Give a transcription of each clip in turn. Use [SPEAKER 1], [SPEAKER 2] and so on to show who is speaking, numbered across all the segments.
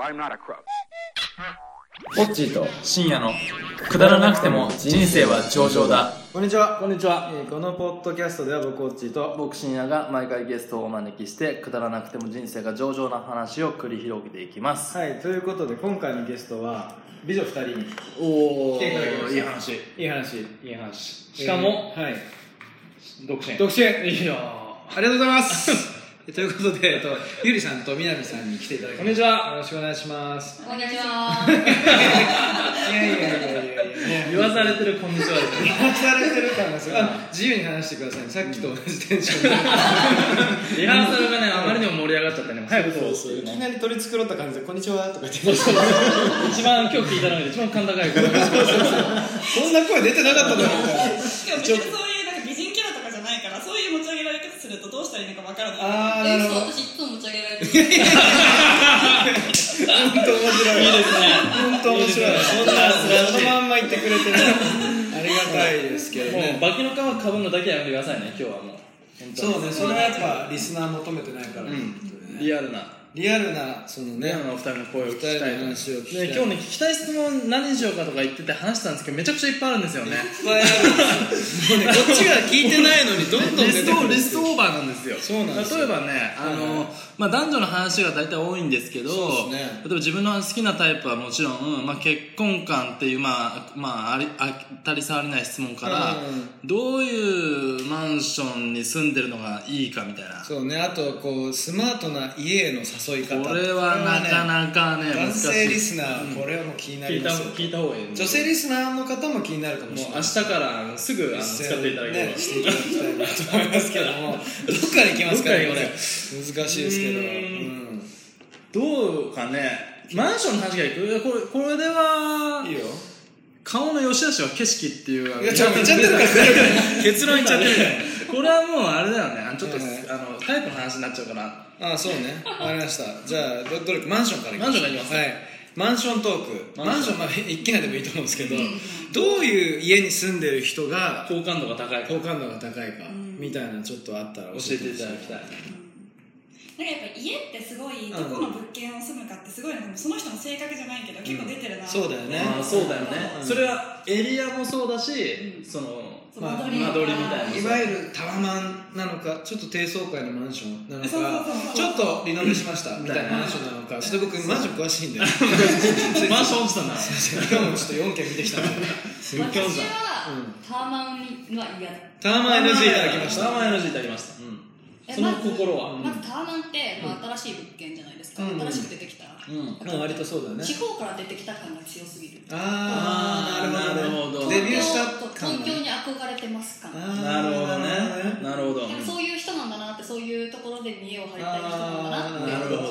[SPEAKER 1] I'm not a crook.
[SPEAKER 2] ポッチーと
[SPEAKER 3] 深夜のくだらなくても人生は上々だ
[SPEAKER 4] こんにちは、
[SPEAKER 2] こんにちは
[SPEAKER 4] えーこのポッドキャストでは僕オッチーと
[SPEAKER 2] 僕深夜が毎回ゲストをお招きしてくだらなくても人生が上々な話を繰り広げていきます、
[SPEAKER 4] はいということで今回のゲストは美女2人に
[SPEAKER 2] お
[SPEAKER 4] 来ていただきました
[SPEAKER 2] 話
[SPEAKER 4] いい話
[SPEAKER 5] いい話しかも、
[SPEAKER 4] えーはい
[SPEAKER 5] 独身
[SPEAKER 4] 独身
[SPEAKER 5] いいよ
[SPEAKER 4] ありがとうございます ということで、えっと、ゆりさんとみなみさんに来ていただき
[SPEAKER 5] こん
[SPEAKER 4] ま
[SPEAKER 5] に
[SPEAKER 4] し
[SPEAKER 5] ち
[SPEAKER 4] たよ
[SPEAKER 5] は
[SPEAKER 4] ろしくお願いします
[SPEAKER 6] こんにちは。
[SPEAKER 4] いやいやいやいやいや
[SPEAKER 5] 言わされてるこんにちはですね
[SPEAKER 4] 話されてる感がすごいあ自由に話してくださいねさっきと同じテンションで
[SPEAKER 5] リハーサルがねあまりにも盛り上がっちゃってね早くそう
[SPEAKER 4] いきなり取り繕った感じで「こんにちは」とか言って
[SPEAKER 5] 一番今日聞いた中で一番甲高い声
[SPEAKER 4] そんな声出てなか ったと思うから
[SPEAKER 6] しかも別にそういうなんか美人キャラとかじゃないから、そういう持ち上げられ方するとどうしたらいいのかわからない。
[SPEAKER 4] あーなるほど
[SPEAKER 6] えそう私いつも持ち上げられてる。
[SPEAKER 4] 本当面白い。いいですね。本当面白い。そんな、そのまんま言ってくれてね。ありがたいですけど
[SPEAKER 5] もう
[SPEAKER 4] ね。
[SPEAKER 5] バキの皮かぶるのだけはやめてくださいね今日はもう本当に
[SPEAKER 4] そうね、それはやっぱリスナー求めてないから。
[SPEAKER 5] リアルな
[SPEAKER 4] リアルな、その
[SPEAKER 5] リ
[SPEAKER 4] ね
[SPEAKER 5] ア、ルなお二人の声を聞きたいと
[SPEAKER 4] お二人の話を聞きたい
[SPEAKER 5] ね今日ね聞きたい質問何にしようかとか言ってて話したんですけどめちゃくちゃいっぱいあるんですよね
[SPEAKER 4] いっぱいあるんですよ。もうね、こっちが聞いてないのにどんどん
[SPEAKER 5] リ
[SPEAKER 4] 出
[SPEAKER 5] ス
[SPEAKER 4] てく
[SPEAKER 5] ト
[SPEAKER 4] る。
[SPEAKER 5] リストオーバーなんですよ
[SPEAKER 4] そうなんですよ
[SPEAKER 5] 例えばねあの、まあ、男女の話が大体多いんですけど
[SPEAKER 4] そうですね
[SPEAKER 5] 例えば自分の好きなタイプはもちろん、まあ、結婚観っていう、まあまあ、ありあ当たり障りない質問から、
[SPEAKER 4] う
[SPEAKER 5] どういうマンションに住んでるのがいいかみたいな
[SPEAKER 4] そうね、あと、こう、スマートな家への誘い方。
[SPEAKER 5] これはなか
[SPEAKER 4] か。
[SPEAKER 5] なかね難
[SPEAKER 4] 男
[SPEAKER 5] しい
[SPEAKER 4] 性リスナー、これはもう気にな
[SPEAKER 5] 聞
[SPEAKER 4] り
[SPEAKER 5] いた
[SPEAKER 4] ますよ。
[SPEAKER 5] 聞いた方がいい
[SPEAKER 4] 女性リスナーの方も気になるかもしれ
[SPEAKER 5] も
[SPEAKER 4] な
[SPEAKER 5] う
[SPEAKER 4] い。
[SPEAKER 5] 明日からすぐあの使っていただければ、
[SPEAKER 4] ね、していただきたいなと思いますけどもどっから行きますかね
[SPEAKER 5] どっから行きま
[SPEAKER 4] これ難しいですけど
[SPEAKER 5] う
[SPEAKER 4] うん
[SPEAKER 5] どうかねマンションの話がいくいやこれこれではい
[SPEAKER 4] いよ
[SPEAKER 5] 顔の良し悪しは景色っていう
[SPEAKER 4] いやちょっと言っちゃってるから
[SPEAKER 5] 結論言っちゃってるこれはもうあれだよねあのちょっと、
[SPEAKER 4] はいはい
[SPEAKER 5] あのタイプの話になっちゃうから
[SPEAKER 4] ああそうねわかりましたじゃあどどれマンションからいき
[SPEAKER 5] マンションから行きます
[SPEAKER 4] はいマンショントークマ
[SPEAKER 5] マ
[SPEAKER 4] ン
[SPEAKER 5] ン
[SPEAKER 4] シ
[SPEAKER 5] シ
[SPEAKER 4] ョンまあ一軒家でもいいと思うんですけどどういう家に住んでる人が
[SPEAKER 5] 好感度が高い教
[SPEAKER 4] 好感度が高いかみたいなのちょっとあったら教
[SPEAKER 5] えていただきたい
[SPEAKER 6] なんかやっぱ家ってすごいどこの物件を住むかってすごいなんかその人の性格じゃないけど結構出てるな、
[SPEAKER 4] そうだよね
[SPEAKER 5] まあそうだよね、それはエリアもそうだし、その
[SPEAKER 6] そう
[SPEAKER 4] まあ
[SPEAKER 6] 間取りとか
[SPEAKER 5] 間取りみた
[SPEAKER 4] いわゆるタワマンなのかちょっと低層階のマンションなのか
[SPEAKER 6] そうそうそうそう
[SPEAKER 4] ちょっとリノベしましたみたいなマンションなのかちょっと僕マンション詳しいんで今
[SPEAKER 5] マンションおじさんだな
[SPEAKER 4] 日もちょっと4軒見てきたんで
[SPEAKER 6] 私は、タワマンは嫌だ
[SPEAKER 4] タワマン NG いただきました
[SPEAKER 5] 名前 NG いただきました、
[SPEAKER 6] え
[SPEAKER 5] その心は、
[SPEAKER 6] まずタワマンって、まあ、新しい物件じゃないですか、
[SPEAKER 4] うん
[SPEAKER 6] 新しく出てきた、
[SPEAKER 5] うん
[SPEAKER 4] まあ割とそうだね
[SPEAKER 6] 地方から出てきた感が強すぎる
[SPEAKER 4] あーなるほ
[SPEAKER 5] なるほ
[SPEAKER 4] どね
[SPEAKER 5] ど
[SPEAKER 4] デビューした感
[SPEAKER 6] 東京に憧れてますか
[SPEAKER 4] あー
[SPEAKER 5] なるほどねなるほど
[SPEAKER 6] でもそういう人なんだなってそういうところで見栄を張りたい人なんだなって
[SPEAKER 5] なるほど
[SPEAKER 6] っ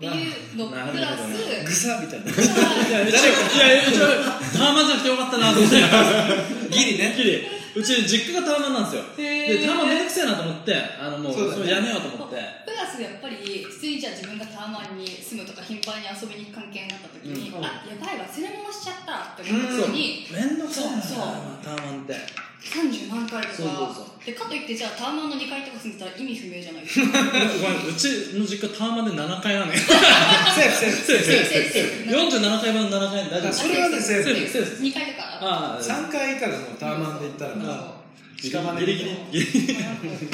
[SPEAKER 6] ていうのプ
[SPEAKER 5] なるほど
[SPEAKER 6] ラ
[SPEAKER 4] グ
[SPEAKER 6] ス
[SPEAKER 4] サみたいない
[SPEAKER 5] や、うち、いや、うちはタワマンじゃなくてよかったなと思って。
[SPEAKER 4] ギリね
[SPEAKER 5] きり。うち、実家がタワマンなんですよ。
[SPEAKER 6] へー
[SPEAKER 5] で、タワマンめんどくせえなと思って、あの、もう、
[SPEAKER 4] そうだね
[SPEAKER 5] それやめようと思って。
[SPEAKER 6] プラスやっぱり普通にじゃあ自分がタワマンに住むとか頻繁に遊びに行く関係になった時に、
[SPEAKER 4] うん
[SPEAKER 6] あやばい忘れ物しちゃったって思った時に
[SPEAKER 5] めんどくせえな、
[SPEAKER 6] そう
[SPEAKER 5] タワマンって。
[SPEAKER 6] 30何回とか
[SPEAKER 5] そうそう
[SPEAKER 6] でかといってじゃあタワマンの2階とか住んでたら意味不明じゃないです か
[SPEAKER 5] ごめんうちの実家タワマンで7階なのよ。
[SPEAKER 4] セーフセーフ
[SPEAKER 5] セーフセーフ
[SPEAKER 6] セーフセーフ
[SPEAKER 5] 47階分の7階大丈夫
[SPEAKER 4] あそれはねセー
[SPEAKER 5] セー
[SPEAKER 4] フ
[SPEAKER 5] フセーフ
[SPEAKER 6] 2階とか
[SPEAKER 5] ああ、
[SPEAKER 4] 3回以下でもうタワマンで行ったら
[SPEAKER 6] そう
[SPEAKER 4] まあ
[SPEAKER 5] 近場でギリギリ。ギリギリ
[SPEAKER 6] 不便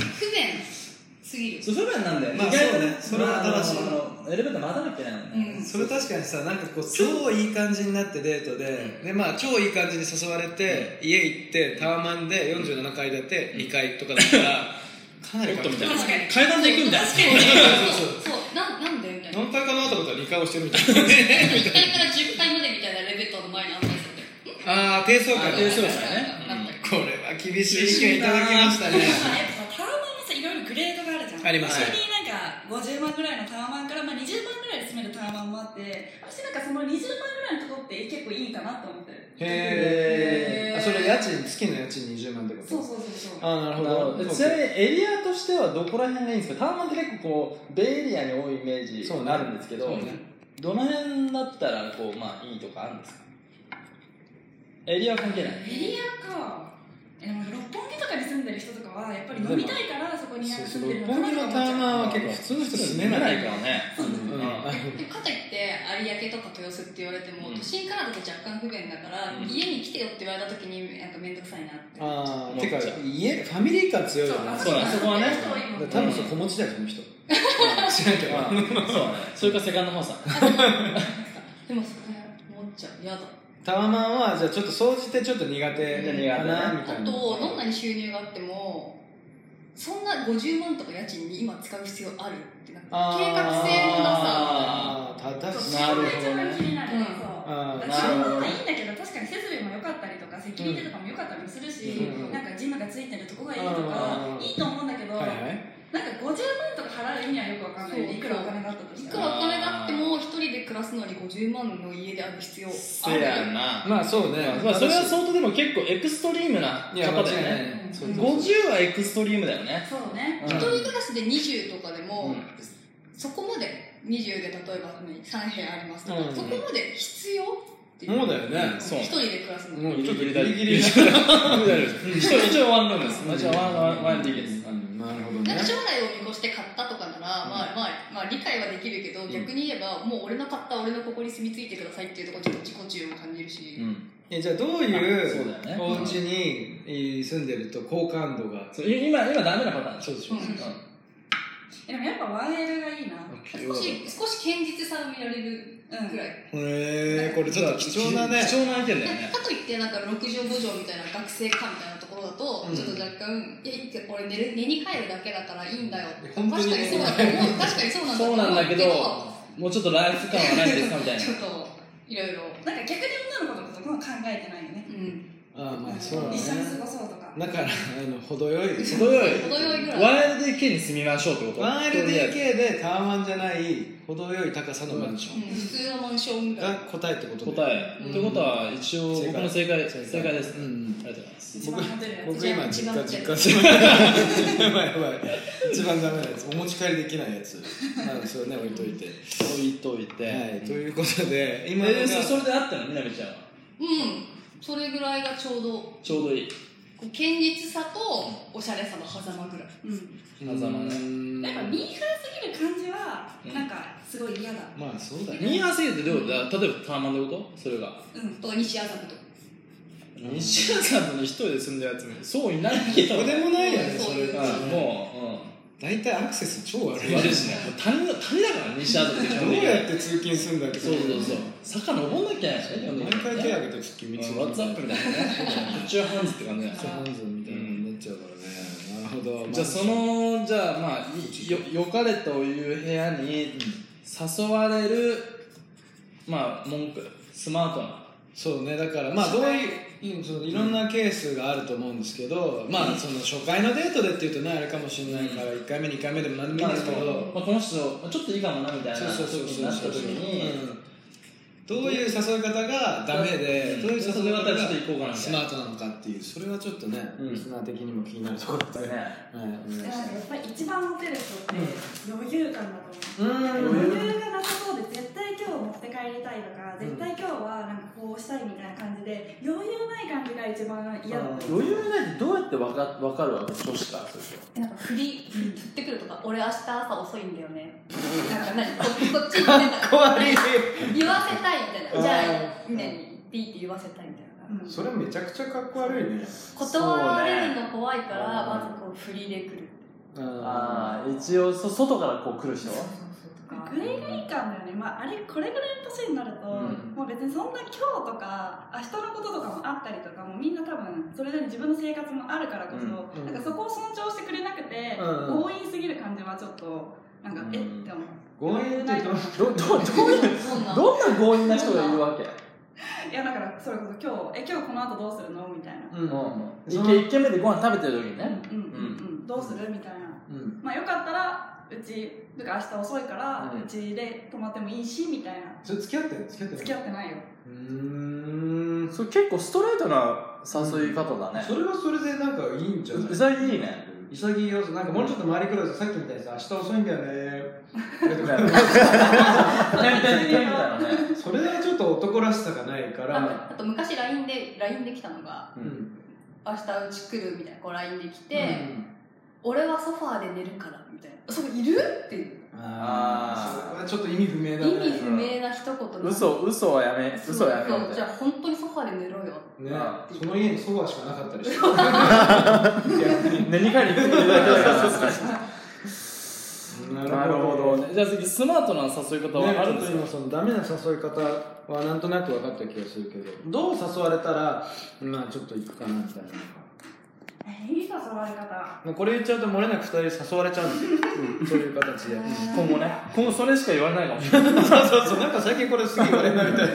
[SPEAKER 6] すぎる
[SPEAKER 5] そう、不便なんだよね。
[SPEAKER 4] まあ
[SPEAKER 5] 意外と
[SPEAKER 4] そうねそれは新しい
[SPEAKER 5] まああのエレベーター待たなきゃいけないもんね。
[SPEAKER 6] うん
[SPEAKER 4] それ確かにさなんかこう超いい感じになってデートで,、でまあ、超いい感じに誘われて、家行ってタワマンで47階建て2階とかだったら かなり
[SPEAKER 5] おっとみたいな
[SPEAKER 6] 確かに。
[SPEAKER 5] 階段で行くみたいな。
[SPEAKER 6] 確かにそう そうそうなんなんでみたいな
[SPEAKER 4] 何階かなと思ったら2階をしてるみたいな
[SPEAKER 6] 1階から10階までみたいなレベットの前に案内されて
[SPEAKER 4] ああ低層
[SPEAKER 5] あ
[SPEAKER 4] 階だ
[SPEAKER 5] 低層階
[SPEAKER 6] なったり
[SPEAKER 4] これは厳しい意見いただきましたね
[SPEAKER 6] やっぱタワマンもさいろいろグレードがあるじゃん
[SPEAKER 4] あります
[SPEAKER 6] 普通になんか50万ぐらいのタワマンから、まあ、20万ぐらいで住めるタワマンもあって私なんかその20万ぐらいのとこって結構いいかなと思ってる
[SPEAKER 4] へ
[SPEAKER 6] へ
[SPEAKER 4] え
[SPEAKER 6] ー
[SPEAKER 4] それ家賃月の家賃20万ってこと
[SPEAKER 6] そうそうそうそう
[SPEAKER 4] ああなるほど
[SPEAKER 2] えちなみにエリアとしてはどこら辺がいいんですかタワマンって結構こうベイエリアに多いイメージ
[SPEAKER 4] そうね
[SPEAKER 2] あるんですけど、
[SPEAKER 4] そうね
[SPEAKER 2] どの辺だったらこうまあいいとかあるんですかエリアは関係ない
[SPEAKER 6] エリアかえでも六本木とかに住んでる人とかはやっぱり飲みたいからそこになんか住んでる
[SPEAKER 4] 六本木のタワマンは結構普通の人住めないから
[SPEAKER 5] らね
[SPEAKER 4] うんあの
[SPEAKER 1] でかといって有明とか豊洲って言われて
[SPEAKER 5] う
[SPEAKER 1] も、
[SPEAKER 5] ん
[SPEAKER 1] 都心からだと若干不便だから、
[SPEAKER 5] うん
[SPEAKER 1] 家に来てよって言われた時になんか面倒くさいなって
[SPEAKER 4] あー
[SPEAKER 5] 思
[SPEAKER 4] て
[SPEAKER 5] っちゃ
[SPEAKER 4] か
[SPEAKER 5] う
[SPEAKER 4] 家ファミリー感強いよね
[SPEAKER 5] そうだねそこはね
[SPEAKER 4] だから多分そう子持ちだよその人知らんけど
[SPEAKER 5] まあそうねそれかセカンドハウスだ
[SPEAKER 1] でもそこは思っちゃう嫌だ
[SPEAKER 4] タワマンはじゃあちょっと総じてちょっと苦手かなみたい
[SPEAKER 1] あ
[SPEAKER 4] な
[SPEAKER 1] とどんなに収入があってもそんな50万とか家賃に今使う必要あるってなんか計画性のなさ
[SPEAKER 4] あーただし
[SPEAKER 5] なるほどね
[SPEAKER 6] 一番気になる、
[SPEAKER 1] うん
[SPEAKER 6] そう
[SPEAKER 4] あー
[SPEAKER 5] なる
[SPEAKER 6] そ
[SPEAKER 5] ほ
[SPEAKER 6] の
[SPEAKER 5] ど
[SPEAKER 6] ままいいんだけど確かに設備も良かったりとかセキュリティとかも良かったりもするし、
[SPEAKER 4] うん
[SPEAKER 6] なんかジムがついてるとこがいいと
[SPEAKER 4] う
[SPEAKER 6] か
[SPEAKER 4] ん
[SPEAKER 6] いいと思うんだけど、
[SPEAKER 4] はい
[SPEAKER 6] なんか
[SPEAKER 4] はい
[SPEAKER 6] 50万とか払う意味はよくわかんない
[SPEAKER 1] そう
[SPEAKER 6] いくらお金があったと
[SPEAKER 1] い
[SPEAKER 6] して
[SPEAKER 1] く
[SPEAKER 6] も
[SPEAKER 1] らお金があっても一人で暮らすのに50万の家である必要あ
[SPEAKER 5] せ
[SPEAKER 1] る
[SPEAKER 5] やな
[SPEAKER 4] まあそうね
[SPEAKER 5] まあそれは
[SPEAKER 4] 正し
[SPEAKER 5] 相当でも結構エクストリームない
[SPEAKER 4] いや
[SPEAKER 5] 方
[SPEAKER 4] 間違い
[SPEAKER 5] だよ
[SPEAKER 4] ない
[SPEAKER 5] ね
[SPEAKER 4] ねそうそうそう
[SPEAKER 5] 50はエクストリームだよね
[SPEAKER 6] そうね
[SPEAKER 1] 一人暮らしで20とかで
[SPEAKER 5] うん
[SPEAKER 1] も、そこまで20で例えば3部屋ありますとか、
[SPEAKER 4] うん
[SPEAKER 1] そこまで必要っていう
[SPEAKER 4] そうだよね
[SPEAKER 5] そう
[SPEAKER 1] 一人で暮らすの、
[SPEAKER 4] もうちょっとギ
[SPEAKER 5] だ
[SPEAKER 4] リギリ
[SPEAKER 5] 一応一応ワンルームですまあ一応ワンワンワンディーです
[SPEAKER 4] うんなるほど
[SPEAKER 1] なん
[SPEAKER 4] ね
[SPEAKER 1] か将来を見越して買ったとかなら、まあまあまあ理解はできるけど、逆に言えばもう俺の買った俺のここに住み着いてくださいっていうところちょっと自己中も感じるし、
[SPEAKER 5] うん
[SPEAKER 4] えじゃあどう
[SPEAKER 5] あ
[SPEAKER 4] い
[SPEAKER 5] そう
[SPEAKER 4] う
[SPEAKER 5] だよね
[SPEAKER 4] お家にえー住んでると好感度が
[SPEAKER 5] そうい今今ダメなパターンでしょ
[SPEAKER 4] そうでしょ
[SPEAKER 1] うん
[SPEAKER 6] でもやっぱ 1L がいいな
[SPEAKER 1] 少し少し堅実さを見られる
[SPEAKER 6] うん
[SPEAKER 1] くらい、
[SPEAKER 4] へえこれちょっと貴重なね
[SPEAKER 5] 貴重な意見だよ
[SPEAKER 1] なん
[SPEAKER 5] ね
[SPEAKER 1] かかといってなんか6畳5畳みたいな学生かみたいなところだと、
[SPEAKER 4] うん
[SPEAKER 1] ちょっと若干「いやいいって俺寝る寝に帰るだけだからいいんだよ」って
[SPEAKER 4] 本
[SPEAKER 1] 確
[SPEAKER 4] 当
[SPEAKER 1] か
[SPEAKER 4] に
[SPEAKER 1] に
[SPEAKER 4] ね
[SPEAKER 1] そうだと思う確かにそうなんだと思
[SPEAKER 5] そうなんだけどもうちょっとライフ感はないですかみたいな
[SPEAKER 1] ちょっといろいろ
[SPEAKER 6] なんか逆に女の子とか考えてないよね
[SPEAKER 1] うん
[SPEAKER 4] あーまあそうだ
[SPEAKER 6] 一緒に
[SPEAKER 4] ね
[SPEAKER 6] 過ごそうとか
[SPEAKER 4] だからあの程よい
[SPEAKER 5] 程よい
[SPEAKER 1] 程よいぐらい
[SPEAKER 5] 1LDK に住みましょうってことと
[SPEAKER 4] 1LDK
[SPEAKER 5] りあ
[SPEAKER 4] でタワマンじゃない程よい高さのマンシ
[SPEAKER 1] うん
[SPEAKER 4] ョ
[SPEAKER 1] 普通のマンション
[SPEAKER 4] ン
[SPEAKER 1] ぐらい
[SPEAKER 4] が答えってこ
[SPEAKER 5] え
[SPEAKER 4] とで
[SPEAKER 5] ず答え
[SPEAKER 4] うん
[SPEAKER 5] ってことは一応僕の正解
[SPEAKER 4] 正解
[SPEAKER 5] 正解です
[SPEAKER 4] う
[SPEAKER 5] ねあ
[SPEAKER 4] ん
[SPEAKER 5] りがとうございます
[SPEAKER 6] 一番モテるやつ
[SPEAKER 4] 僕
[SPEAKER 6] じゃあ
[SPEAKER 4] 今
[SPEAKER 1] 一
[SPEAKER 4] 実
[SPEAKER 1] 番
[SPEAKER 4] 家
[SPEAKER 1] ちっ
[SPEAKER 4] 実
[SPEAKER 1] ちゃ
[SPEAKER 4] 家
[SPEAKER 1] い
[SPEAKER 4] 住ま やばいやばい一番ダメなやつお持ち帰りできないやつまあそれね置いと いて
[SPEAKER 5] 置いといて
[SPEAKER 4] はい
[SPEAKER 5] え
[SPEAKER 4] ということで今のが
[SPEAKER 5] ーそそれであったのみなみちゃんは
[SPEAKER 1] うんそれぐらいがちょうどこ
[SPEAKER 5] ちょうどいいう
[SPEAKER 1] 堅実さとおしゃれさの狭間ぐらい
[SPEAKER 6] うん
[SPEAKER 5] 狭間ね
[SPEAKER 4] うん
[SPEAKER 6] やっぱミーハーすぎる感じはなんかすごい嫌だ
[SPEAKER 4] まあそうだね
[SPEAKER 5] ミーハー制度ってどういうことだ例えばタワマンのこと それが
[SPEAKER 6] うん
[SPEAKER 1] と西麻布と
[SPEAKER 5] 西谷さんのに一人で住んでるやつもそういないけど
[SPEAKER 4] どうでもないよね
[SPEAKER 1] そう
[SPEAKER 4] それ
[SPEAKER 1] いう
[SPEAKER 4] が
[SPEAKER 5] うん
[SPEAKER 4] も
[SPEAKER 5] も
[SPEAKER 4] う大体アクセス超悪
[SPEAKER 5] う
[SPEAKER 4] い
[SPEAKER 5] うん悪いしねもう谷の谷だからね西谷さんって基
[SPEAKER 4] ど
[SPEAKER 5] 本
[SPEAKER 4] う
[SPEAKER 5] 的に
[SPEAKER 4] やって通勤するんだっけ
[SPEAKER 5] そうそうそう坂登んなきゃいけないんだよね
[SPEAKER 4] 毎
[SPEAKER 5] 基本的
[SPEAKER 4] 回手
[SPEAKER 5] にね
[SPEAKER 4] 挙げて復旧
[SPEAKER 5] うんワッツアップみたいなね途中ハンズって感じだよね
[SPEAKER 4] ハンズみたいなのになっちゃうからね、なるほど
[SPEAKER 5] じゃあそのじゃあまあいよよかれという部屋に誘われるまあ文句スマートな
[SPEAKER 4] そうねだからまあどういううんそのいろんなケースがあると思うんですけど、まあその初回のデートでっていうとねあれかもしれないから1回目2回目でも何でもいいんですけど、
[SPEAKER 5] まあ、この人ちょっといいかもなみたいな
[SPEAKER 4] そうそうそう
[SPEAKER 5] 時
[SPEAKER 4] そ
[SPEAKER 5] に
[SPEAKER 4] う
[SPEAKER 5] なった
[SPEAKER 4] そう
[SPEAKER 5] 時に
[SPEAKER 4] うんどういう誘い方がダメで、
[SPEAKER 5] うん
[SPEAKER 4] どういう誘い
[SPEAKER 5] ど
[SPEAKER 4] 方
[SPEAKER 5] ういう誘い方がちょっといこうかなみたい
[SPEAKER 4] が
[SPEAKER 5] な
[SPEAKER 4] スマートなのかっていうそれはちょっとね、
[SPEAKER 5] うん
[SPEAKER 4] リスナー的にも気になるところですね、はい、お願い
[SPEAKER 6] で
[SPEAKER 4] し
[SPEAKER 6] も
[SPEAKER 4] ます
[SPEAKER 6] なんかやっぱり一番モテる人って余裕感だと思う
[SPEAKER 4] うん
[SPEAKER 6] 余裕がなさそうで絶対今日持って帰りたいとか絶対今日はなんかこうしたいみたいな感じで余裕ない感じが一番嫌だと思う
[SPEAKER 2] 余裕がないってどうやってわかわかるわけ女子からすると
[SPEAKER 1] なんか振り振り振ってくるとか俺明日朝遅いんだよねなんか 何ここっち行ってた
[SPEAKER 4] 怖い
[SPEAKER 1] 言わせたいみたいなじゃあ
[SPEAKER 4] うん
[SPEAKER 1] みたいにピーって言わせたいみたいな
[SPEAKER 6] うん
[SPEAKER 4] それめちゃくちゃかっこ悪いね
[SPEAKER 1] 断られるの怖いから
[SPEAKER 2] そうね
[SPEAKER 1] まずこう振りで来る
[SPEAKER 2] ああ一応そ外からこう来る人
[SPEAKER 1] とか
[SPEAKER 6] グレーがいい感だよね、まあ、あれこれぐらいの年になると、
[SPEAKER 2] うん
[SPEAKER 6] もう別にそんな今日とか明日のこととかもあったりとかもみんな多分それなりに自分の生活もあるからこそ、
[SPEAKER 4] うんうん
[SPEAKER 6] なんかそこを尊重してくれなくて、
[SPEAKER 4] うん
[SPEAKER 6] 強引すぎる感じはちょっとなんか、
[SPEAKER 5] うん
[SPEAKER 6] えって思う
[SPEAKER 4] 強引ってどう
[SPEAKER 2] どどどういう
[SPEAKER 1] そんな
[SPEAKER 2] どんな強引な人がいるわけ
[SPEAKER 6] いやだからそれこそ今日え今日この後どうするのみたいな
[SPEAKER 4] うん
[SPEAKER 2] 一軒一軒目でご飯食べてる時にね
[SPEAKER 6] うんうんうんどうするみたいな
[SPEAKER 4] うん
[SPEAKER 6] まあよかったらうちだから明日遅いから
[SPEAKER 2] うん
[SPEAKER 6] うちで泊まってもいいしみたいな
[SPEAKER 4] それ付き合ってる付き合ってる
[SPEAKER 6] 付き合ってないよ
[SPEAKER 4] うーん
[SPEAKER 2] それ結構ストレートな誘い方だね
[SPEAKER 4] それはそれでなんかいいんじゃないう
[SPEAKER 2] ざいいね
[SPEAKER 4] 潔い要素なんかもうちょっと周りくらいさっきみたいにさ明日遅いんだよね
[SPEAKER 2] みたいなね
[SPEAKER 4] それはちょっと男らしさがないか
[SPEAKER 1] あ
[SPEAKER 4] ら
[SPEAKER 1] あと昔 LINE で LINE で来たのが
[SPEAKER 4] うん
[SPEAKER 1] 「明日うち来るみたいなこう LINE で来て、俺はソファーで寝るからみたいなそこいるっていう
[SPEAKER 5] あ
[SPEAKER 4] ちょっと意味不明だね
[SPEAKER 1] 意味不明な一言な
[SPEAKER 5] あ
[SPEAKER 1] の
[SPEAKER 5] 嘘嘘はやめ嘘はやめよ
[SPEAKER 1] そうじゃあ本当にソファーで寝ろよ
[SPEAKER 4] ねその家にソファーしかなかったりして
[SPEAKER 5] 何かにな
[SPEAKER 4] な
[SPEAKER 5] るほどねじゃあ次スマートな誘い方
[SPEAKER 4] ね
[SPEAKER 5] はあ
[SPEAKER 4] ちょ
[SPEAKER 5] る
[SPEAKER 4] っ
[SPEAKER 5] んで
[SPEAKER 4] と
[SPEAKER 5] すか
[SPEAKER 4] 今そのダメな誘い方はなんとなく分かった気がするけどどう誘われたらまあちょっと行くかなみたいな
[SPEAKER 6] えいい誘われ方
[SPEAKER 4] もうこれ言っちゃうと漏れなく2人誘われちゃうんですよ、そういう形で
[SPEAKER 5] 今後ね今後それしか言われないかもしれない
[SPEAKER 4] そうそうそうなんか最近これすげえ言われるなみたいな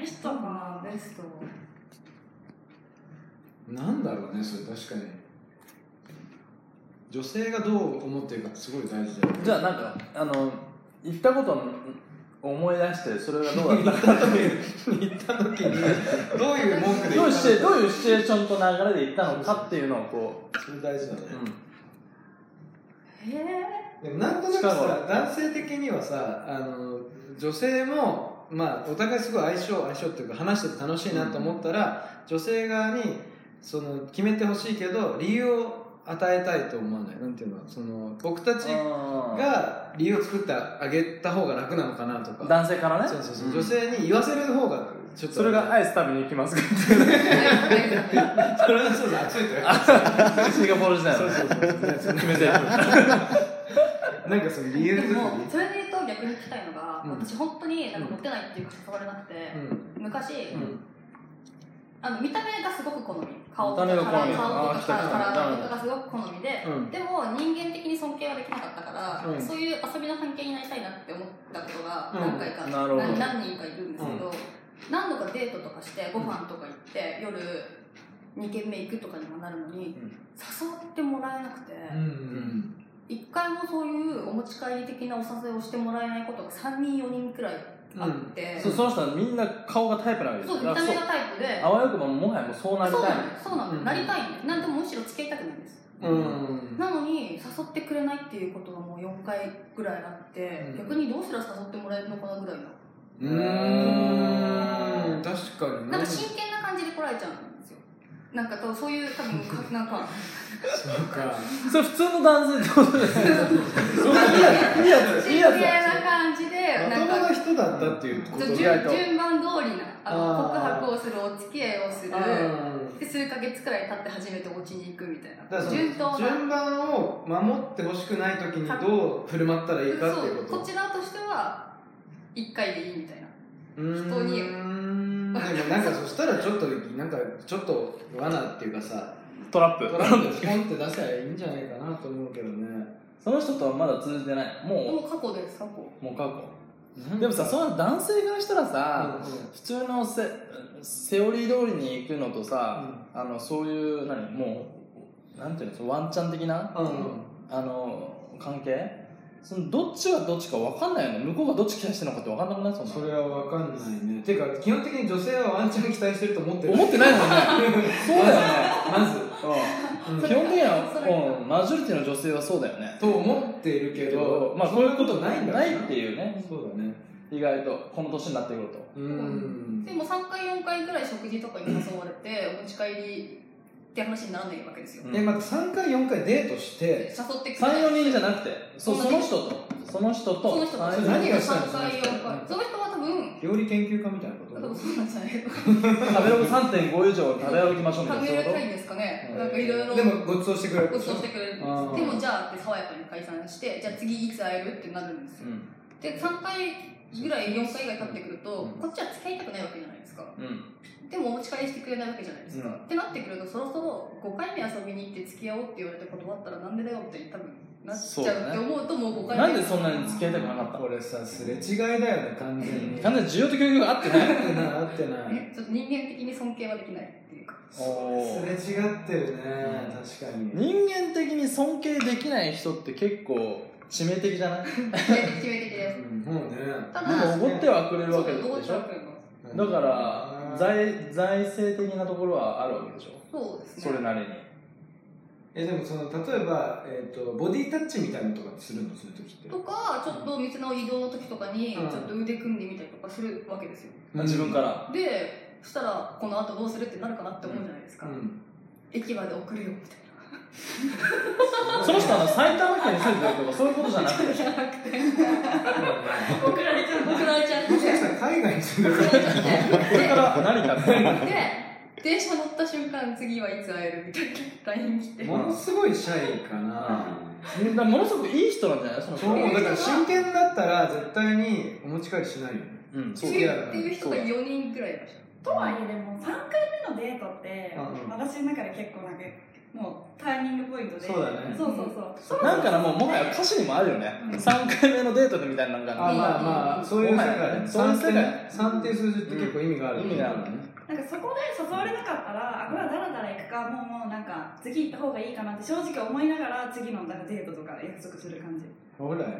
[SPEAKER 6] ベストかなベスト
[SPEAKER 4] なんだろうねそれ確かに女性がどう思ってるかってすごい大事だよね
[SPEAKER 5] じゃあなんかあの言ったことを思い出してそれがどうだったかという
[SPEAKER 4] 行った時にどういう文句で
[SPEAKER 5] どういう
[SPEAKER 4] 言
[SPEAKER 5] シ
[SPEAKER 4] った
[SPEAKER 5] チュエど
[SPEAKER 4] のか
[SPEAKER 5] ういうシチュエーションと流れで行ったのかっていうのをこ
[SPEAKER 4] それ大事だね
[SPEAKER 5] う、う
[SPEAKER 1] へえ
[SPEAKER 4] でもなんとなく
[SPEAKER 5] しかも
[SPEAKER 4] さ男性的にはさあの女性もまあお互いすごい相性相性っていうか話してて楽しいなと思ったら、女性側にその決めてほしいけど理由を与えたいと思わないなんていうのその僕たち
[SPEAKER 5] ん、
[SPEAKER 4] が理由を作ってあげた方が楽なのかなとか
[SPEAKER 5] 男性からね
[SPEAKER 4] そうそうそう、女性に言わせる方がちょっと
[SPEAKER 5] それがアイス食べに行きますか
[SPEAKER 4] それはそうだ熱いとよ
[SPEAKER 5] って シンガポール時代
[SPEAKER 4] そ
[SPEAKER 5] の
[SPEAKER 4] う
[SPEAKER 5] ね
[SPEAKER 4] そうそうそう
[SPEAKER 5] 決めていく
[SPEAKER 4] なんかその理由
[SPEAKER 1] で
[SPEAKER 4] 作り
[SPEAKER 1] もそれで言うと逆に聞きたいのが、
[SPEAKER 4] うん
[SPEAKER 1] 私本当になんかモテないっていうか誘われなくて、昔、
[SPEAKER 4] うん
[SPEAKER 1] あの見た目がすごく好み顔と
[SPEAKER 5] 見た目
[SPEAKER 1] か
[SPEAKER 5] が好み
[SPEAKER 1] 顔
[SPEAKER 5] あー
[SPEAKER 1] と
[SPEAKER 5] 来
[SPEAKER 1] か
[SPEAKER 5] た来た
[SPEAKER 1] 体とかがすごく好みで、
[SPEAKER 4] うん
[SPEAKER 1] でも人間的に尊敬はできなかったから、
[SPEAKER 4] うん
[SPEAKER 1] そういう遊びの関係になりたいなって思ったことが
[SPEAKER 4] うん
[SPEAKER 1] 何回か、
[SPEAKER 5] なるほど
[SPEAKER 1] 何何人かいるんですけど、何度かデートとかしてご飯とか行って夜2軒目行くとかにもなるのに、
[SPEAKER 5] ん
[SPEAKER 1] 誘ってもらえなくて。
[SPEAKER 4] うんうん
[SPEAKER 1] 一回もそういうお持ち帰り的なお誘いをしてもらえないことが3人4人くらいあって、
[SPEAKER 5] そうその人はみんな顔がタイプなわけです
[SPEAKER 1] そう見
[SPEAKER 5] だ
[SPEAKER 1] た
[SPEAKER 5] から
[SPEAKER 1] 目がタイプで
[SPEAKER 5] あわよくばもはやもうそうなりたい
[SPEAKER 1] そ
[SPEAKER 5] う
[SPEAKER 1] なのそうなの、
[SPEAKER 4] うん
[SPEAKER 1] なりたいんでなんでもむしろ付き合いたくないんです、
[SPEAKER 4] うん
[SPEAKER 1] なのに誘ってくれないっていうことがもう4回ぐらいあって、
[SPEAKER 4] うん
[SPEAKER 1] 逆にどうしたら誘ってもらえるのかなぐらいの、
[SPEAKER 4] うーん確かに
[SPEAKER 1] なんか真剣な感じで来られちゃうんですよなんかとそういう多分かなん か
[SPEAKER 4] そうか
[SPEAKER 5] それ普通の男性ってことです ねいいやついい
[SPEAKER 1] 真
[SPEAKER 5] や
[SPEAKER 1] 剣
[SPEAKER 5] つ
[SPEAKER 1] な感じで
[SPEAKER 4] ま
[SPEAKER 1] なん
[SPEAKER 4] とも
[SPEAKER 1] か
[SPEAKER 4] な人だったっていうこ
[SPEAKER 1] ち
[SPEAKER 4] と
[SPEAKER 1] ょ順
[SPEAKER 5] 意外と
[SPEAKER 1] 順番通りなあの告
[SPEAKER 4] あー
[SPEAKER 1] 白をするお付き合いをする
[SPEAKER 4] あー
[SPEAKER 1] で数ヶ月くらい経って初めてお家に行くみたいな
[SPEAKER 4] だからその
[SPEAKER 1] 順当な
[SPEAKER 4] 順番を守ってほしくない時にどう振る舞ったらいいかっていう
[SPEAKER 1] そう
[SPEAKER 4] こ
[SPEAKER 1] ことちらとしては1回でいいみたいな
[SPEAKER 4] うーん
[SPEAKER 1] 人に
[SPEAKER 4] でもなんかそしたらちょっとなんかちょっと罠っていうかさ
[SPEAKER 5] トラップ
[SPEAKER 4] トランプポンって出せばいいんじゃないかなと思うけどね
[SPEAKER 5] その人とはまだ通じてないも
[SPEAKER 1] もう過去です過去
[SPEAKER 5] うもう過去でもさその男性からしたらさ、
[SPEAKER 4] う
[SPEAKER 5] 普通のセセオリー通りに行くのとさ、あのそういう何もうなんていうのそのワンチャン的な、
[SPEAKER 4] んうん
[SPEAKER 5] あの関係そのどっちがどっちか分かんないよね向こうがどっち期待してるのかって分かんなくないそんな
[SPEAKER 4] それは分かんないねていうか基本的に女性はワンチャン期待してると思ってる
[SPEAKER 5] 思ってないもんねそうだよね、
[SPEAKER 4] まず
[SPEAKER 5] うん
[SPEAKER 4] うん
[SPEAKER 5] 基本的に
[SPEAKER 1] それ
[SPEAKER 5] は、うん、マジョリティの女性はそうだよね
[SPEAKER 4] と思っているけど
[SPEAKER 5] まあ
[SPEAKER 4] そんなことないんだ
[SPEAKER 5] ないっていうね
[SPEAKER 4] そうだね
[SPEAKER 5] 意外とこの年になってくると
[SPEAKER 4] うーん
[SPEAKER 1] でも3回4回くらい食事とかに誘われてお持ち帰りって話にならないわけですよ、
[SPEAKER 5] うん
[SPEAKER 1] で
[SPEAKER 4] えまず3回4回デートして
[SPEAKER 1] 誘ってくれない
[SPEAKER 5] 34人じゃなくてそうその人とその人
[SPEAKER 1] その
[SPEAKER 5] と
[SPEAKER 1] 人
[SPEAKER 5] 三
[SPEAKER 1] た
[SPEAKER 5] 四人
[SPEAKER 1] ち
[SPEAKER 4] それ何がしたの
[SPEAKER 1] 3回4回その人は多分
[SPEAKER 4] 料理研究家みたいなこと
[SPEAKER 1] 多分そうなんじゃない
[SPEAKER 5] 食べログ3.5以上食べ歩きましょうみたいなそう
[SPEAKER 1] 食べ
[SPEAKER 5] いう
[SPEAKER 1] れ
[SPEAKER 5] こ
[SPEAKER 1] たいんですかね、
[SPEAKER 5] うん
[SPEAKER 1] なんかいろいろ
[SPEAKER 4] でもごちそうしてくれる
[SPEAKER 1] ごちそうしてくれるんです
[SPEAKER 4] あー
[SPEAKER 1] でもじゃあって爽やかに解散してじゃあ次いつ会えるってなるんです
[SPEAKER 5] とう
[SPEAKER 1] よ、
[SPEAKER 5] ん
[SPEAKER 1] で3回ぐらい4回ぐらい経ってくると、
[SPEAKER 5] うん
[SPEAKER 1] こっちは付き合いたくないわけじゃないですか
[SPEAKER 5] うん
[SPEAKER 1] でもお持ち帰りしてくれないわけじゃないですか、
[SPEAKER 5] うん
[SPEAKER 1] ってなってくるとそろそろ5回目遊びに行って付き合おうって言われたことだったらなんでだよって多分なっち
[SPEAKER 5] そう
[SPEAKER 1] ゃう
[SPEAKER 5] だ
[SPEAKER 1] って
[SPEAKER 5] ね
[SPEAKER 1] 思うともう5回目
[SPEAKER 5] なんでそんなに付き合いたくなかった
[SPEAKER 4] これさすれ違いだよね完全に
[SPEAKER 5] 完全に需要と供給が合ってない
[SPEAKER 4] なってない
[SPEAKER 1] ねちょっと人間的に尊敬はできないっていうか
[SPEAKER 5] おー
[SPEAKER 4] すれ違ってるね
[SPEAKER 5] うん
[SPEAKER 4] 確かに
[SPEAKER 5] 人間的に尊敬できない人って結構致命的じゃない
[SPEAKER 1] 決め的決め的です
[SPEAKER 4] うんもうね
[SPEAKER 1] た
[SPEAKER 5] でも
[SPEAKER 1] だ
[SPEAKER 5] おごってはくれる
[SPEAKER 1] そう
[SPEAKER 5] わ
[SPEAKER 1] だ
[SPEAKER 5] けで
[SPEAKER 1] どう
[SPEAKER 5] し
[SPEAKER 1] ちゃう
[SPEAKER 5] ょ
[SPEAKER 1] か
[SPEAKER 5] だから財財政的なところはあるわけでしょ
[SPEAKER 1] そうですね
[SPEAKER 5] それなりに
[SPEAKER 4] えでもその例えばえっとボディタッチみたいなのとかってするのそういう時って
[SPEAKER 1] とかちょっと店の移動の時とかにち
[SPEAKER 4] う
[SPEAKER 1] ょ
[SPEAKER 4] ん
[SPEAKER 1] っと腕組んでみたりとかするわけですよ
[SPEAKER 5] 自分から
[SPEAKER 1] でそしたらこの後どうするってなるかなって思うじゃないですか、
[SPEAKER 4] うん
[SPEAKER 1] 駅まで送るよみたいな
[SPEAKER 2] その人あの埼玉県に住んでるとかそういうことじゃなくて
[SPEAKER 1] じゃなくて
[SPEAKER 6] 送られちゃう
[SPEAKER 1] 送られ ちゃって
[SPEAKER 4] もしかしたら海外に住んで
[SPEAKER 1] 送
[SPEAKER 4] る
[SPEAKER 1] られちゃって
[SPEAKER 2] これから何かって
[SPEAKER 1] で電車乗った瞬間次はいつ会えるみたいな LINE 来て
[SPEAKER 4] ものすごいシャイかな
[SPEAKER 5] だからものすごくいい人なんじゃないその人
[SPEAKER 4] そう思うだから真剣だったら絶対にお持ち帰りしないよね
[SPEAKER 2] うん
[SPEAKER 1] っていう人が4人くらいいました
[SPEAKER 6] とはいえでも3回目のデートって
[SPEAKER 4] うん
[SPEAKER 6] 私の中で結構なんかもうタイミングポイントで
[SPEAKER 4] そうだね
[SPEAKER 6] そうそうそう
[SPEAKER 5] なんかなもうもはや歌詞にもあるよね、
[SPEAKER 6] うん
[SPEAKER 5] 3回目のデートでみたいななんか
[SPEAKER 4] あまあまあそういう世界ね
[SPEAKER 5] そういう世界
[SPEAKER 4] 3っていう数字って結構意味がある
[SPEAKER 5] 意味があるね
[SPEAKER 6] なんかそこで誘われなかったらあこれはだらだら行くかもうもうなんか次行った方がいいかなって正直思いながら次のなんかデートとか約束する感じ、
[SPEAKER 4] そうだよね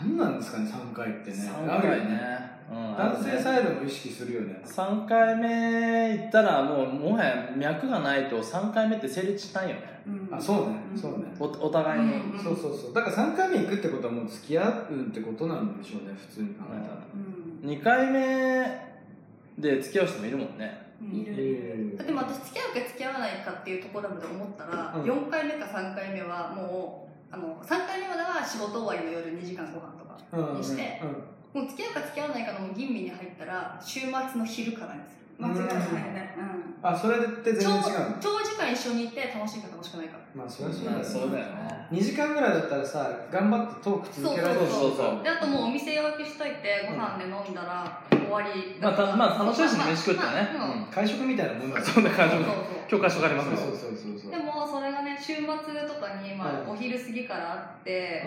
[SPEAKER 6] う
[SPEAKER 4] 何
[SPEAKER 6] ん
[SPEAKER 4] なんですかね3回ってね
[SPEAKER 5] 3回ねうん
[SPEAKER 4] 男性サイドも意識するよね
[SPEAKER 5] 3回目行ったらもうもはや脈がないと3回目って成立しないよね
[SPEAKER 6] うん、
[SPEAKER 4] あそうね
[SPEAKER 6] うん
[SPEAKER 4] そうね
[SPEAKER 5] おお互いに、
[SPEAKER 1] うん
[SPEAKER 4] そうそうそうだから3回目行くってことはもう付き合うってことなんでしょうね普通に考えたら
[SPEAKER 6] うん
[SPEAKER 5] 2回目で付き合う人もいるもんね
[SPEAKER 6] いる
[SPEAKER 1] でも私付き合うか付き合わないかっていうところまで思ったら、
[SPEAKER 4] うん
[SPEAKER 1] 4回目か3回目はもうあの3回目までは仕事終わりの夜2時間ご飯とか
[SPEAKER 4] うん
[SPEAKER 1] にしてもう付き合うか付き合わないかのもう吟味に入ったら週末の昼からにする
[SPEAKER 6] 間違いないねうん
[SPEAKER 4] あそれって全然違うの
[SPEAKER 1] 長長時間一緒にいて楽しいか楽しくないか
[SPEAKER 4] まあそりゃそう
[SPEAKER 5] ま
[SPEAKER 4] だよ
[SPEAKER 5] あ
[SPEAKER 4] ね
[SPEAKER 5] そうだよね
[SPEAKER 4] 2時間ぐらいだったらさ頑張ってトーク続けられる
[SPEAKER 1] そうそう
[SPEAKER 5] そう
[SPEAKER 1] であともうお店予約しといてご飯で飲んだら終わり
[SPEAKER 5] まあたまあ楽しいし飯食ってね
[SPEAKER 1] まあまあうん
[SPEAKER 4] 会食みたいなもんだ
[SPEAKER 5] そんな感じ
[SPEAKER 1] そう
[SPEAKER 5] も
[SPEAKER 1] そうそう
[SPEAKER 5] 教科書があります
[SPEAKER 4] そ
[SPEAKER 5] け
[SPEAKER 4] う
[SPEAKER 5] ど
[SPEAKER 4] そうそうそうそう
[SPEAKER 1] でもそれがね週末とかに、
[SPEAKER 4] う
[SPEAKER 1] まあ、
[SPEAKER 4] ん
[SPEAKER 1] お昼過ぎからあって、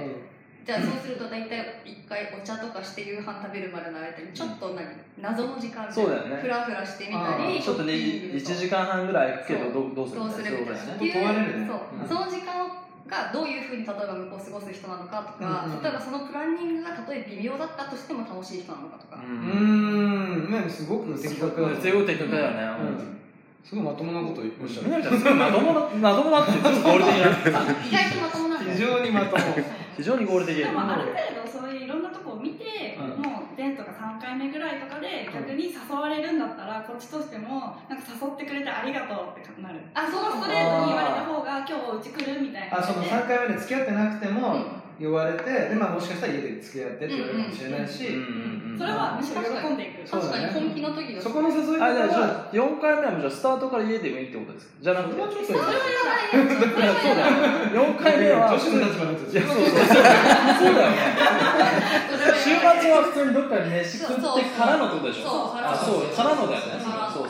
[SPEAKER 1] じゃあそうすると大体一回お茶とかして夕飯食べるまでの間にちょっと何、謎の時間
[SPEAKER 5] そうだよね
[SPEAKER 1] ふらふらしてみ
[SPEAKER 4] あ
[SPEAKER 1] たり
[SPEAKER 4] ー
[SPEAKER 5] ちょっとね
[SPEAKER 1] ショッピング
[SPEAKER 5] 1時間半ぐらい行くけどどうどうする
[SPEAKER 1] どうするみたいな
[SPEAKER 5] そうだよね
[SPEAKER 1] っていう
[SPEAKER 4] 問われるね
[SPEAKER 1] そう、
[SPEAKER 5] うん
[SPEAKER 1] その時間がどういうふうに例えば向こう過ごす人なのかとか、
[SPEAKER 4] うんうんうん
[SPEAKER 1] 例えばそのプランニングが例え微妙だったとしても楽しい人なのかとか、
[SPEAKER 4] う
[SPEAKER 5] うん
[SPEAKER 4] んねすごく的確だね
[SPEAKER 5] すごい的確だよね、
[SPEAKER 4] う
[SPEAKER 5] うん
[SPEAKER 4] んすごいまともなことをおっしゃ
[SPEAKER 5] み
[SPEAKER 4] る
[SPEAKER 5] なみちゃんすごいまともなまともなってちょっと合理的な
[SPEAKER 1] 意外とまともなんだよ
[SPEAKER 4] 非常にまとも
[SPEAKER 5] 非常に合理的
[SPEAKER 6] で
[SPEAKER 5] だよ
[SPEAKER 6] もあ
[SPEAKER 5] ね
[SPEAKER 6] る程度そういういろんなとこを見て、
[SPEAKER 4] うん
[SPEAKER 6] もうデートが3回目ぐらいとかで逆に誘われるんだったら、こっちとしてもなんか誘ってくれてありがとうってなる
[SPEAKER 1] あ
[SPEAKER 6] そ
[SPEAKER 1] そう
[SPEAKER 6] のストレートに言われた方が今日うち来るみたい な
[SPEAKER 4] あその3回目で付き合ってなくて
[SPEAKER 1] う
[SPEAKER 4] も
[SPEAKER 1] ん
[SPEAKER 4] 言われてでまあもしかしたら家で付き合ってって言われるかもしれないし
[SPEAKER 5] うんうんうん
[SPEAKER 6] それはむしろ喜んでいく
[SPEAKER 4] そう
[SPEAKER 1] 確
[SPEAKER 4] だね
[SPEAKER 1] かに本気の時だ
[SPEAKER 4] そこの誘い
[SPEAKER 5] あじゃあじ
[SPEAKER 4] 方
[SPEAKER 5] ゃ
[SPEAKER 4] は
[SPEAKER 5] あ4回目はもうじゃあスタートから家でもいいってことですかじゃなくて
[SPEAKER 4] もうちょっと
[SPEAKER 1] それはやばいよそれは
[SPEAKER 5] そうだよ4回目は
[SPEAKER 4] 女子の立場のやつ
[SPEAKER 5] い
[SPEAKER 4] で
[SPEAKER 5] や
[SPEAKER 4] しょ
[SPEAKER 5] そうそうそうだよね週末
[SPEAKER 1] やばい
[SPEAKER 5] は普通にどっかで飯食ってからのってことでしょ
[SPEAKER 1] そう
[SPEAKER 5] あそうからのだよね
[SPEAKER 1] から
[SPEAKER 5] そうそう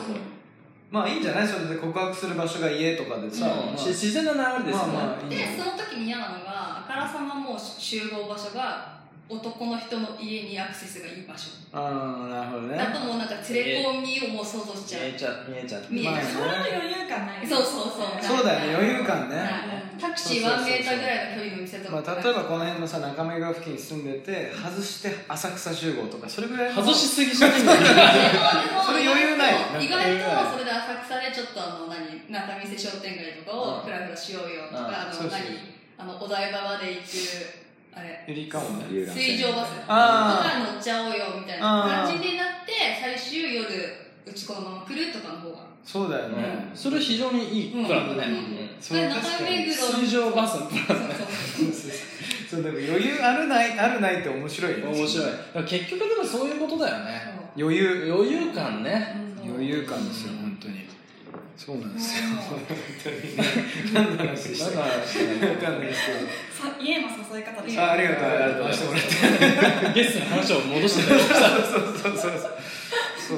[SPEAKER 4] まあいいんじゃないそれで告白する場所が家とかでさ
[SPEAKER 5] うんし自然な流れですよね、
[SPEAKER 4] まあまあいいんじゃ
[SPEAKER 1] で
[SPEAKER 4] ない
[SPEAKER 1] その時に嫌なのがあからさまもう集合場所が男の人の家にアクセスがいい場所
[SPEAKER 4] ああなるほどね
[SPEAKER 1] だともうなんか連れ込みをもう想像しちゃう、
[SPEAKER 5] 見えちゃ見えちゃって
[SPEAKER 1] 見えちゃう
[SPEAKER 4] まあ
[SPEAKER 6] それは余裕感ない
[SPEAKER 1] そうそうそう
[SPEAKER 4] そうだよね余裕感ね、
[SPEAKER 1] はいタクシー1メーターぐらいの距離の店とか
[SPEAKER 4] まあ、例えばこの辺のさ中目川付近に住んでて外して浅草集合とかそれぐらいの
[SPEAKER 5] 外しすぎじゃないんだよね
[SPEAKER 1] でも
[SPEAKER 4] それ余裕ない
[SPEAKER 1] でも意外
[SPEAKER 4] なんか余裕ない
[SPEAKER 1] とそれで浅草でちょっとあの何中見世商店街とかをふらふらしようよと
[SPEAKER 5] うん
[SPEAKER 1] かあ
[SPEAKER 4] そ
[SPEAKER 1] の
[SPEAKER 4] うそう
[SPEAKER 1] 何あのお台場まで行くあれ
[SPEAKER 4] ゆりかもね
[SPEAKER 3] 遊覧船
[SPEAKER 1] 水上バスと
[SPEAKER 4] あ
[SPEAKER 1] かに乗っちゃおうよみたいな感じになって最終夜うちこのまま来るとかの 方が
[SPEAKER 4] そうだよね、
[SPEAKER 5] それ非常にいいプランだね、
[SPEAKER 1] うん
[SPEAKER 5] うん
[SPEAKER 4] そ
[SPEAKER 1] そうれ
[SPEAKER 4] 確
[SPEAKER 1] 中
[SPEAKER 4] か
[SPEAKER 1] 目
[SPEAKER 4] に
[SPEAKER 1] 黒
[SPEAKER 5] 水上バスのプ
[SPEAKER 1] そう
[SPEAKER 5] ラン
[SPEAKER 1] そう
[SPEAKER 4] そうそうそうそうなんか余裕あるないあるないって面白いよね
[SPEAKER 5] 面白いだから結局でもそういうことだよね
[SPEAKER 4] 余裕
[SPEAKER 5] 余裕感ね
[SPEAKER 4] 余裕感ですよ本当にそうなんですよ
[SPEAKER 1] も
[SPEAKER 4] 本当に何の話でし
[SPEAKER 5] だ
[SPEAKER 4] た
[SPEAKER 5] か
[SPEAKER 4] から分かんないです
[SPEAKER 6] さ家の誘い方で
[SPEAKER 4] けどあありがとうありがとう
[SPEAKER 5] ありがとう
[SPEAKER 4] 回してもらって
[SPEAKER 5] ゲストの話を戻して たよ
[SPEAKER 4] そうそうそうそう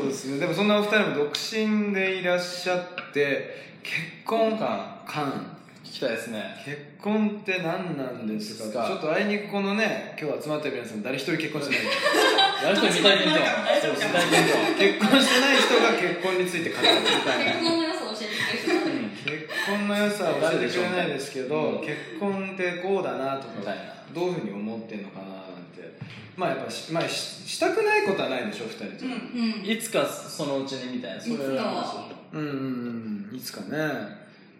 [SPEAKER 4] そうですねでもそんなお二人も独身でいらっしゃって結婚
[SPEAKER 5] 今感
[SPEAKER 4] 感
[SPEAKER 5] 聞きたいですね
[SPEAKER 4] 結婚って何なんですか
[SPEAKER 5] ですか
[SPEAKER 4] ちょっとあいにくこのね今日集まってる皆さん誰一人結婚してない
[SPEAKER 5] やる人見たい見たい
[SPEAKER 6] 大丈夫かな
[SPEAKER 5] 見たい見たい
[SPEAKER 4] 結婚してない人が結婚について語るみたいな
[SPEAKER 1] 結婚の良さを教えてくれる 人
[SPEAKER 4] 結婚の良さは教えてくれないですけど、
[SPEAKER 5] うん
[SPEAKER 4] 結婚ってこうだなとか
[SPEAKER 5] みたいな
[SPEAKER 4] どういうふうに思ってんのかななんてまあやっぱし,、まあ、ししたくないことはないでしょ二人と
[SPEAKER 6] うん
[SPEAKER 4] も、
[SPEAKER 1] うん
[SPEAKER 5] いつかそのうちにみたいなそういう話
[SPEAKER 4] うんうんうんいつかね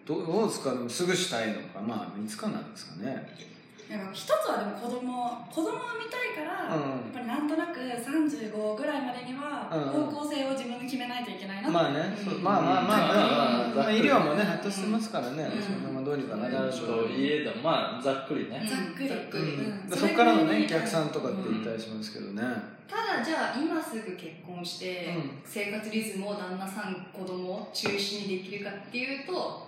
[SPEAKER 4] どうどうですかでもすぐしたいのかまあいつかなんですかね
[SPEAKER 6] なんか一つはでも子供子供を見たいから、
[SPEAKER 4] うん
[SPEAKER 6] やっぱりなんとなく35ぐらいまでには
[SPEAKER 4] うん
[SPEAKER 6] 方向性を自分で決めないといけないなって
[SPEAKER 4] まあね、
[SPEAKER 1] うん
[SPEAKER 4] まあまあまあ、
[SPEAKER 5] うん
[SPEAKER 4] まあ、医療もね、発達してますからね、
[SPEAKER 1] うん
[SPEAKER 4] そのままどうにかなるでし
[SPEAKER 5] ちょ
[SPEAKER 4] ょ
[SPEAKER 5] っと
[SPEAKER 4] う。
[SPEAKER 5] いえどまあざっくりね
[SPEAKER 1] ん
[SPEAKER 6] ざっくり
[SPEAKER 1] ざっくり
[SPEAKER 6] うん
[SPEAKER 4] でそこからのね、
[SPEAKER 6] それぐらい
[SPEAKER 4] 逆算とかって言ったりしますけどね。
[SPEAKER 1] ただじゃあ今すぐ結婚して、
[SPEAKER 4] うん
[SPEAKER 1] 生活リズムを旦那さん子供を中心にできるかっていうと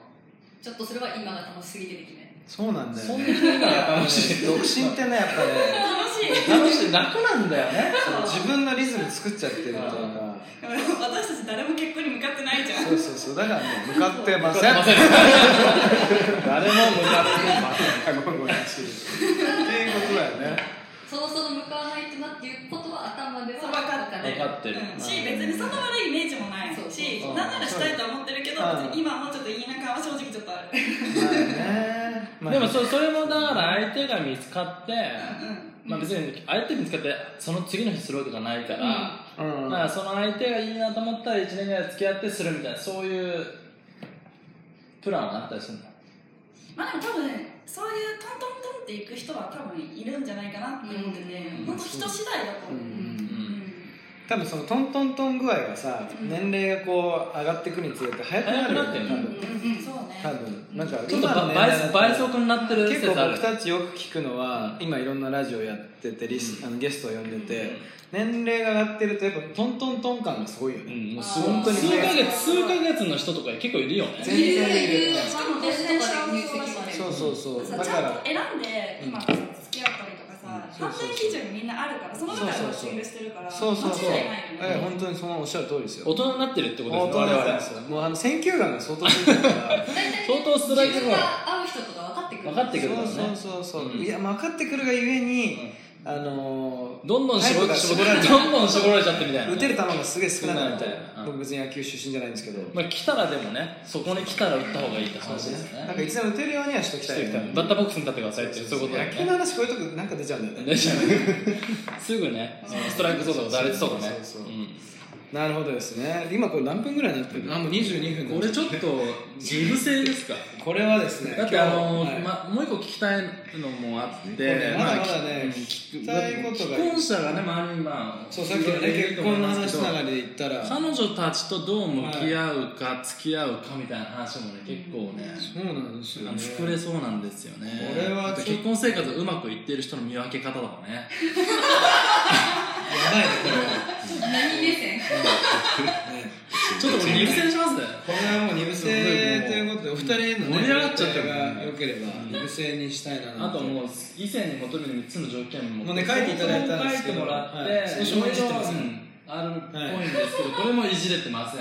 [SPEAKER 1] ちょっとそれは今が楽しすぎてできない
[SPEAKER 4] そうなんだよ
[SPEAKER 5] そん
[SPEAKER 4] ね。
[SPEAKER 5] なに楽しい
[SPEAKER 4] 独身ってね、やっぱね、
[SPEAKER 6] 楽しい
[SPEAKER 5] 楽しい楽なんだよね
[SPEAKER 4] その自分のリズム作っちゃってるというか、
[SPEAKER 6] 私たち誰も結婚に向かってないじゃん
[SPEAKER 4] そうそうそう、だからね、向かってません。
[SPEAKER 5] 誰も向かってません
[SPEAKER 4] ごめんごめんっていうことだよね。
[SPEAKER 1] そろそろ向かわないとなっていうことは頭では
[SPEAKER 6] そう分かった
[SPEAKER 1] ね
[SPEAKER 5] 分かってる
[SPEAKER 6] うんし別にそんな悪いイメージもない
[SPEAKER 1] そう
[SPEAKER 6] し
[SPEAKER 4] そう
[SPEAKER 6] なんならしたいとは思ってるけど
[SPEAKER 4] うん
[SPEAKER 6] 別に今もちょっと言いなは正直ちょっとある
[SPEAKER 4] まあね。まあ
[SPEAKER 5] でもそそれもだから相手が見つかって、まあ、別に相手見つかってその次の日するわけじゃないから、
[SPEAKER 4] うん。
[SPEAKER 5] まあ、その相手がいいなと思ったら1年ぐらい付き合ってするみたいなそういうプランはあったりするの
[SPEAKER 6] まあでも多分そういうトントントンって行く人は多分いるんじゃないかなって思ってて
[SPEAKER 1] うん
[SPEAKER 6] 本当人次第だと
[SPEAKER 4] う
[SPEAKER 6] 思う、
[SPEAKER 4] ん
[SPEAKER 6] うん
[SPEAKER 4] 多分そのトントントン具合がさ、
[SPEAKER 6] うん
[SPEAKER 4] 年齢がこう上がってくにつれて早くなるよ
[SPEAKER 5] 早くなって
[SPEAKER 4] ね
[SPEAKER 5] ん
[SPEAKER 4] 多
[SPEAKER 5] の
[SPEAKER 4] 分
[SPEAKER 1] うんうん
[SPEAKER 6] そうね
[SPEAKER 4] 多分なんか
[SPEAKER 5] ちょっと
[SPEAKER 4] 今の
[SPEAKER 5] ば
[SPEAKER 4] ね
[SPEAKER 5] 倍速倍速になってる
[SPEAKER 4] 結
[SPEAKER 5] 説
[SPEAKER 4] 構
[SPEAKER 5] ある
[SPEAKER 4] 僕たちよく聞くのは、今いろんなラジオやっててリス、あのゲストを呼んでて、年齢が上がってるとやっぱトントントン感がすごいよ
[SPEAKER 5] う
[SPEAKER 4] ね、
[SPEAKER 5] んもうす
[SPEAKER 1] あー
[SPEAKER 5] 本当に数
[SPEAKER 4] 本
[SPEAKER 5] ヶ
[SPEAKER 4] 当に
[SPEAKER 5] 月数ヶ月の人とか結構いるよね
[SPEAKER 4] 全然いる
[SPEAKER 1] いるしかも年とかで入籍まで
[SPEAKER 4] そうそうそう、
[SPEAKER 6] さ
[SPEAKER 4] だ
[SPEAKER 6] ち
[SPEAKER 4] か
[SPEAKER 6] ゃん
[SPEAKER 4] ら
[SPEAKER 6] と選んで今付き合ったりとかさ
[SPEAKER 4] うん
[SPEAKER 6] 判
[SPEAKER 4] そうそうそう
[SPEAKER 6] 定基準みんなあるからその中でマ
[SPEAKER 4] そうそう
[SPEAKER 6] ッ
[SPEAKER 4] そう
[SPEAKER 6] チングしてるから
[SPEAKER 4] そうそうそう、
[SPEAKER 6] 間違いないよね
[SPEAKER 4] ええ本当にそのおっしゃる通りですよ
[SPEAKER 5] 大人になってるってことです
[SPEAKER 4] 大
[SPEAKER 5] ね
[SPEAKER 4] 人
[SPEAKER 5] 我
[SPEAKER 4] なん
[SPEAKER 5] 々
[SPEAKER 4] ですよもうあの選球眼が相当ついてるから
[SPEAKER 1] 大体
[SPEAKER 5] 相当ストライク
[SPEAKER 1] 自
[SPEAKER 5] ゾーン
[SPEAKER 1] 分が会う人とか分かってくる
[SPEAKER 5] 分かってくるからね
[SPEAKER 4] そうそうそうそう、
[SPEAKER 5] うん
[SPEAKER 4] いや分かってくるがゆえに、あの
[SPEAKER 5] どんどん絞
[SPEAKER 4] タイプが絞
[SPEAKER 5] ら
[SPEAKER 4] られ
[SPEAKER 5] れ
[SPEAKER 4] て
[SPEAKER 5] どんどん絞られちゃってみたいな
[SPEAKER 4] ー、打てる球がすげえ少なくなっ
[SPEAKER 5] 少
[SPEAKER 4] て
[SPEAKER 5] ないみたいなうん
[SPEAKER 4] 僕別に野球出身じゃないんですけど、
[SPEAKER 5] まあ来たらでもねそこに来たら打った方がいいって話
[SPEAKER 4] そう
[SPEAKER 5] で
[SPEAKER 4] ね
[SPEAKER 5] すよ
[SPEAKER 4] なん
[SPEAKER 5] ね
[SPEAKER 4] かいつでも打てるようにはしときたいよね
[SPEAKER 5] バッターボックスに立ってくださいってそういうことだよ
[SPEAKER 4] 野球の
[SPEAKER 5] ね
[SPEAKER 4] 話こういうとこなんか出ちゃうんだよね
[SPEAKER 5] ね すぐねそのストライクゾーンとか打率とかね
[SPEAKER 4] そうそうそうなるほどですね今これ何分ぐらいになってるあもう22分
[SPEAKER 5] これちょっと自由性ですか
[SPEAKER 4] これはですね
[SPEAKER 5] だってあの、
[SPEAKER 4] 今日は
[SPEAKER 5] ま、もう一個聞きたいのもあって、
[SPEAKER 4] ねまだまだね
[SPEAKER 5] まあ
[SPEAKER 4] 聞きたいこと
[SPEAKER 5] 既
[SPEAKER 4] が
[SPEAKER 5] 婚者がね周りにまあ
[SPEAKER 4] いそうさっきのね結婚の話つながりで言ったら
[SPEAKER 5] 彼女たちとどう向き合うか、付き合うかみたいな話もね結構ね、
[SPEAKER 4] そうなんです
[SPEAKER 5] あ
[SPEAKER 4] よ
[SPEAKER 5] の
[SPEAKER 4] ね
[SPEAKER 5] 膨れそうなんですよね
[SPEAKER 4] これはちょっと
[SPEAKER 5] 結婚生活うまくいってる人の見分け方とか ね
[SPEAKER 4] やばいねこれ
[SPEAKER 1] 何目線
[SPEAKER 4] はね
[SPEAKER 5] ちょっとこれ入選しますね
[SPEAKER 4] これはもう二部制ということでお二人のね
[SPEAKER 5] 盛り上がっちゃってる
[SPEAKER 4] が良ければ二部制にしたいな
[SPEAKER 5] あとも
[SPEAKER 4] う
[SPEAKER 5] う以前に求める3つの条件も
[SPEAKER 4] もうね書いていただいたんですけど
[SPEAKER 5] 書いてもらって、
[SPEAKER 4] はい少しもいじってますね
[SPEAKER 5] うんあるっぽいんですけど、これもいじれてません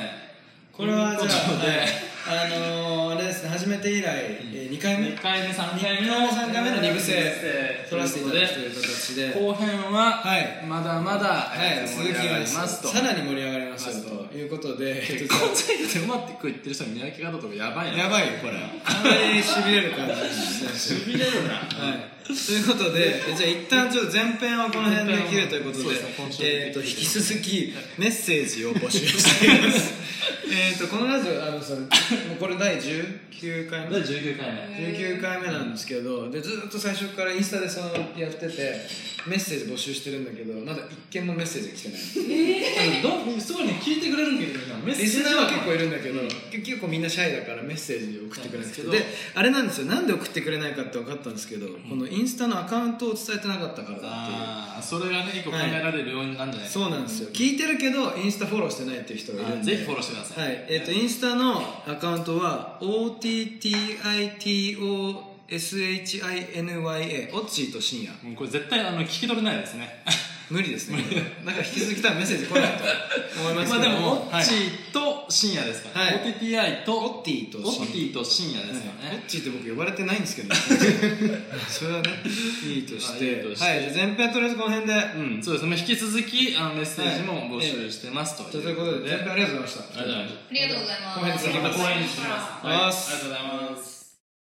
[SPEAKER 4] これはじ
[SPEAKER 5] とい
[SPEAKER 4] ゃ
[SPEAKER 5] うことで
[SPEAKER 4] あはいあのーあれですね始めて以来2回目
[SPEAKER 5] 2回目3回目の
[SPEAKER 4] 二回目三回目の二部制
[SPEAKER 5] と
[SPEAKER 4] 取
[SPEAKER 5] い
[SPEAKER 4] ら
[SPEAKER 5] う
[SPEAKER 4] せてい
[SPEAKER 5] こと
[SPEAKER 4] ただ
[SPEAKER 5] で
[SPEAKER 4] くという形で
[SPEAKER 5] 後編は
[SPEAKER 4] はい
[SPEAKER 5] まだまだ、
[SPEAKER 4] は
[SPEAKER 5] え
[SPEAKER 4] い
[SPEAKER 5] ー
[SPEAKER 4] 続き
[SPEAKER 5] 盛り上
[SPEAKER 4] は
[SPEAKER 5] が
[SPEAKER 4] で
[SPEAKER 5] り
[SPEAKER 4] す
[SPEAKER 5] ますと
[SPEAKER 4] ねさらに盛り上がりますよということでえっと
[SPEAKER 5] 結婚生活うまくいってる人の見分け方とかやばいな
[SPEAKER 4] やばいよこれあんまりしびれる感じですね
[SPEAKER 5] しびれるな
[SPEAKER 4] はい、ということで、えじゃあ一旦ちょっと前編はこの辺で切るということ
[SPEAKER 5] そう
[SPEAKER 4] で
[SPEAKER 5] ですね今週、
[SPEAKER 4] えー、と引き続きメッセージを募集しています。 えっとこのラジオあのそのもうこれ第19回目
[SPEAKER 5] 第19回目
[SPEAKER 4] 19回目なんですけどでずっと最初からインスタでそのやっててメッセージ募集してるんだけどまだ一件もメッセージが来てない
[SPEAKER 5] どうすごいね聞いてくれるんだけどメッセー
[SPEAKER 4] リ
[SPEAKER 5] ジ
[SPEAKER 4] スナーは結構い
[SPEAKER 5] る
[SPEAKER 4] るんだけど、結構みんなシャイだからメッセージを送ってくれなくて
[SPEAKER 5] そうなん
[SPEAKER 4] で
[SPEAKER 5] です
[SPEAKER 4] あれなんですよなんで送ってくれないかって分かったんですけど、このインスタのアカウントを伝えてなかったからだっていう
[SPEAKER 5] ああそれがね一個考えられる要因なんじゃない
[SPEAKER 4] そうなんですよ聞いてるけどインスタフォローしてないっていう人がいるん
[SPEAKER 5] あ
[SPEAKER 4] で
[SPEAKER 5] ぜひフォローしてください
[SPEAKER 4] はいえっ、とインスタのアカウントは OTTITOSHINYA オッチーと深夜
[SPEAKER 5] もうこれ絶対あの聞き取れないですね
[SPEAKER 4] 無理 ですねなんか引き続き多分メッセージ来ないと思います
[SPEAKER 5] まあ
[SPEAKER 4] け
[SPEAKER 5] で
[SPEAKER 4] ど
[SPEAKER 5] もオ
[SPEAKER 4] は
[SPEAKER 5] ッ
[SPEAKER 4] い
[SPEAKER 5] チーと深夜ですから、
[SPEAKER 4] はい
[SPEAKER 5] OTTI と
[SPEAKER 4] オッティと
[SPEAKER 5] オッティと深夜で
[SPEAKER 4] です
[SPEAKER 5] よね、
[SPEAKER 4] オッチーって僕呼ばれてないんですけどねそれはねいいとして
[SPEAKER 5] あいいとして
[SPEAKER 4] はいじゃあ前編はとりあえずこの辺で、
[SPEAKER 5] うん、そうですね。まあ引き続き、あの、メッセージも募集してますと
[SPEAKER 4] と
[SPEAKER 5] いう
[SPEAKER 4] いうことで前
[SPEAKER 5] あり
[SPEAKER 4] 編ありがとうございました
[SPEAKER 5] がとうございます。
[SPEAKER 1] ありがとうございます
[SPEAKER 4] ごめんなさい
[SPEAKER 5] また応援してきます。
[SPEAKER 4] ありがとうござい
[SPEAKER 5] はいありが
[SPEAKER 4] ます
[SPEAKER 5] とうございます。